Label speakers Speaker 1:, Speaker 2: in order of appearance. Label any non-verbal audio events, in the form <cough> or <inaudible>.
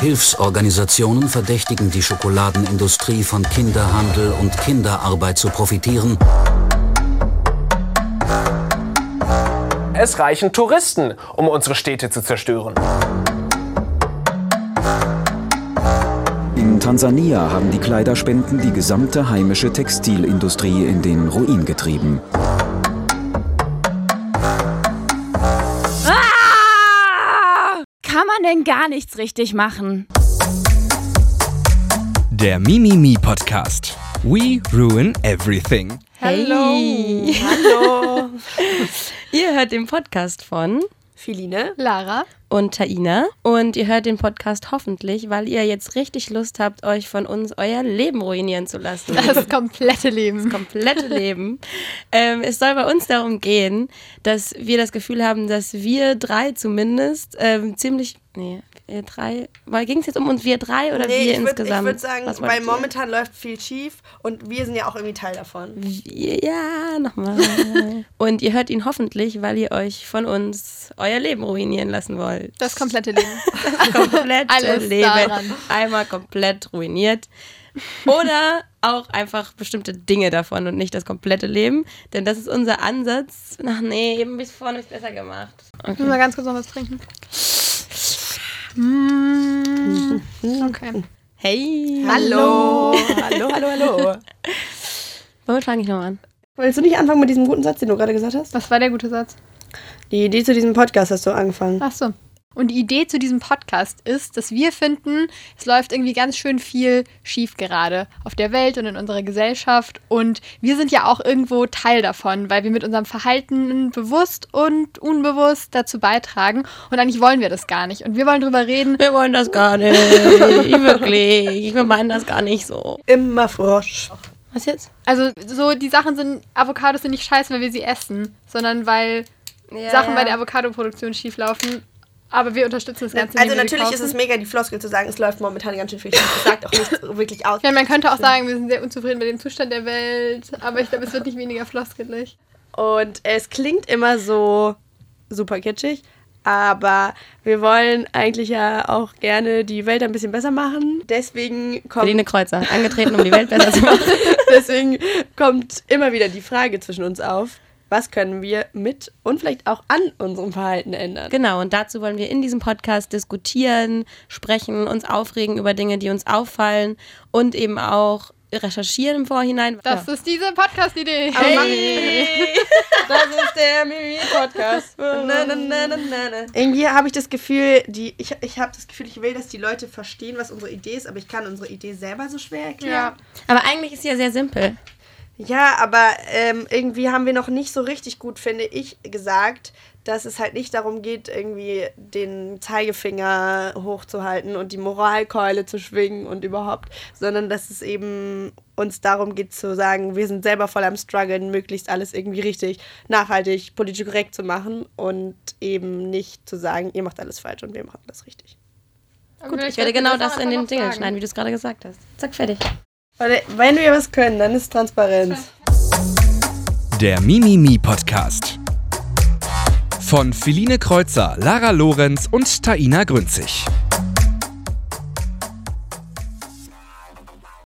Speaker 1: Hilfsorganisationen verdächtigen die Schokoladenindustrie von Kinderhandel und Kinderarbeit zu profitieren.
Speaker 2: Es reichen Touristen, um unsere Städte zu zerstören.
Speaker 3: In Tansania haben die Kleiderspenden die gesamte heimische Textilindustrie in den Ruin getrieben.
Speaker 4: Kann man denn gar nichts richtig machen?
Speaker 5: Der Mimimi Podcast. We ruin everything.
Speaker 6: Hallo.
Speaker 7: Hallo.
Speaker 6: Ihr hört den Podcast von
Speaker 7: Feline?
Speaker 4: Lara?
Speaker 6: und Taina und ihr hört den Podcast hoffentlich, weil ihr jetzt richtig Lust habt, euch von uns euer Leben ruinieren zu lassen.
Speaker 4: Das komplette Leben.
Speaker 6: komplette Leben. Ähm, es soll bei uns darum gehen, dass wir das Gefühl haben, dass wir drei zumindest ähm, ziemlich. Nee, wir drei. Ging es jetzt um uns, wir drei oder wir
Speaker 7: ich würde
Speaker 6: insgesamt?
Speaker 7: würd sagen,
Speaker 6: Was wollt
Speaker 7: weil
Speaker 6: ihr?
Speaker 7: momentan läuft viel schief und wir sind ja auch irgendwie Teil <laughs> davon.
Speaker 6: Ja, nochmal. <laughs> und ihr hört ihn hoffentlich, weil ihr euch von uns euer Leben ruinieren lassen wollt. <laughs>
Speaker 8: Das komplette Leben.
Speaker 6: komplette
Speaker 8: Alles
Speaker 6: Leben
Speaker 8: daran.
Speaker 6: einmal komplett ruiniert. Oder auch einfach bestimmte Dinge davon und nicht das komplette Leben. Denn das ist unser Ansatz. Ach nee, eben bis vorne ist besser gemacht.
Speaker 8: Müssen wir ganz kurz noch was trinken? Mm, Okay.
Speaker 6: Hey!
Speaker 8: Hallo.
Speaker 7: hallo, hallo, hallo.
Speaker 6: Womit fange ich nochmal an?
Speaker 7: Willst du nicht anfangen mit diesem guten Satz, den du gerade gesagt hast?
Speaker 8: Was war der gute Satz?
Speaker 7: Die Idee zu diesem Podcast hast du angefangen.
Speaker 8: Ach so. Und die Idee zu diesem Podcast ist, dass wir finden, es läuft irgendwie ganz schön viel schief gerade auf der Welt und in unserer Gesellschaft. Und wir sind ja auch irgendwo Teil davon, weil wir mit unserem Verhalten bewusst und unbewusst dazu beitragen. Und eigentlich wollen wir das gar nicht. Und wir wollen drüber reden.
Speaker 6: Wir wollen das gar nicht. Wirklich. Wir meinen das gar nicht so.
Speaker 7: Immer Frosch.
Speaker 6: Was jetzt?
Speaker 8: Also so die Sachen sind, Avocados sind nicht scheiße, weil wir sie essen, sondern weil Sachen bei der Avocado-Produktion schieflaufen. Aber wir unterstützen das Ganze.
Speaker 7: Also
Speaker 8: indem wir sie
Speaker 7: natürlich ist es
Speaker 8: kaufen.
Speaker 7: mega die Floskel zu sagen, es läuft momentan ganz schön viel schief. Das sagt auch nichts wirklich aus.
Speaker 8: Ich meine, man könnte auch sagen, wir sind sehr unzufrieden mit dem Zustand der Welt, aber ich glaube, es wird nicht weniger floskelig.
Speaker 7: Und es klingt immer so super kitschig, aber wir wollen eigentlich ja auch gerne die Welt ein bisschen besser machen. Deswegen
Speaker 6: Feline
Speaker 7: kommt,
Speaker 6: Kreuzer, angetreten, um die Welt besser zu machen.
Speaker 7: <laughs> deswegen kommt immer wieder die Frage zwischen uns auf, was können wir mit und vielleicht auch an unserem Verhalten ändern?
Speaker 6: Genau, und dazu wollen wir in diesem Podcast diskutieren, sprechen, uns aufregen über Dinge, die uns auffallen und eben auch recherchieren im Vorhinein.
Speaker 8: Das ist diese Podcast-Idee.
Speaker 7: Das ist der <laughs> Mimi-Podcast. Irgendwie habe ich das Gefühl, die, ich, ich habe das Gefühl, ich will, dass die Leute verstehen, was unsere Idee ist, aber ich kann unsere Idee selber so schwer erklären.
Speaker 8: Ja.
Speaker 6: Aber eigentlich ist sie ja sehr simpel.
Speaker 7: Ja, aber ähm, irgendwie haben wir noch nicht so richtig gut, finde ich, gesagt, dass es halt nicht darum geht, irgendwie den Zeigefinger hochzuhalten und die Moralkeule zu schwingen und überhaupt, sondern dass es eben uns darum geht zu sagen, wir sind selber voll am Struggeln, möglichst alles irgendwie richtig, nachhaltig, politisch korrekt zu machen und eben nicht zu sagen, ihr macht alles falsch und wir machen das richtig.
Speaker 6: Gut, ich werde genau das in den Dingel schneiden, wie du es gerade gesagt hast. Zack, fertig.
Speaker 7: Weil, wenn wir was können, dann ist Transparenz.
Speaker 5: Der Mimimi Podcast. Von Philine Kreuzer, Lara Lorenz und Taina Grünzig.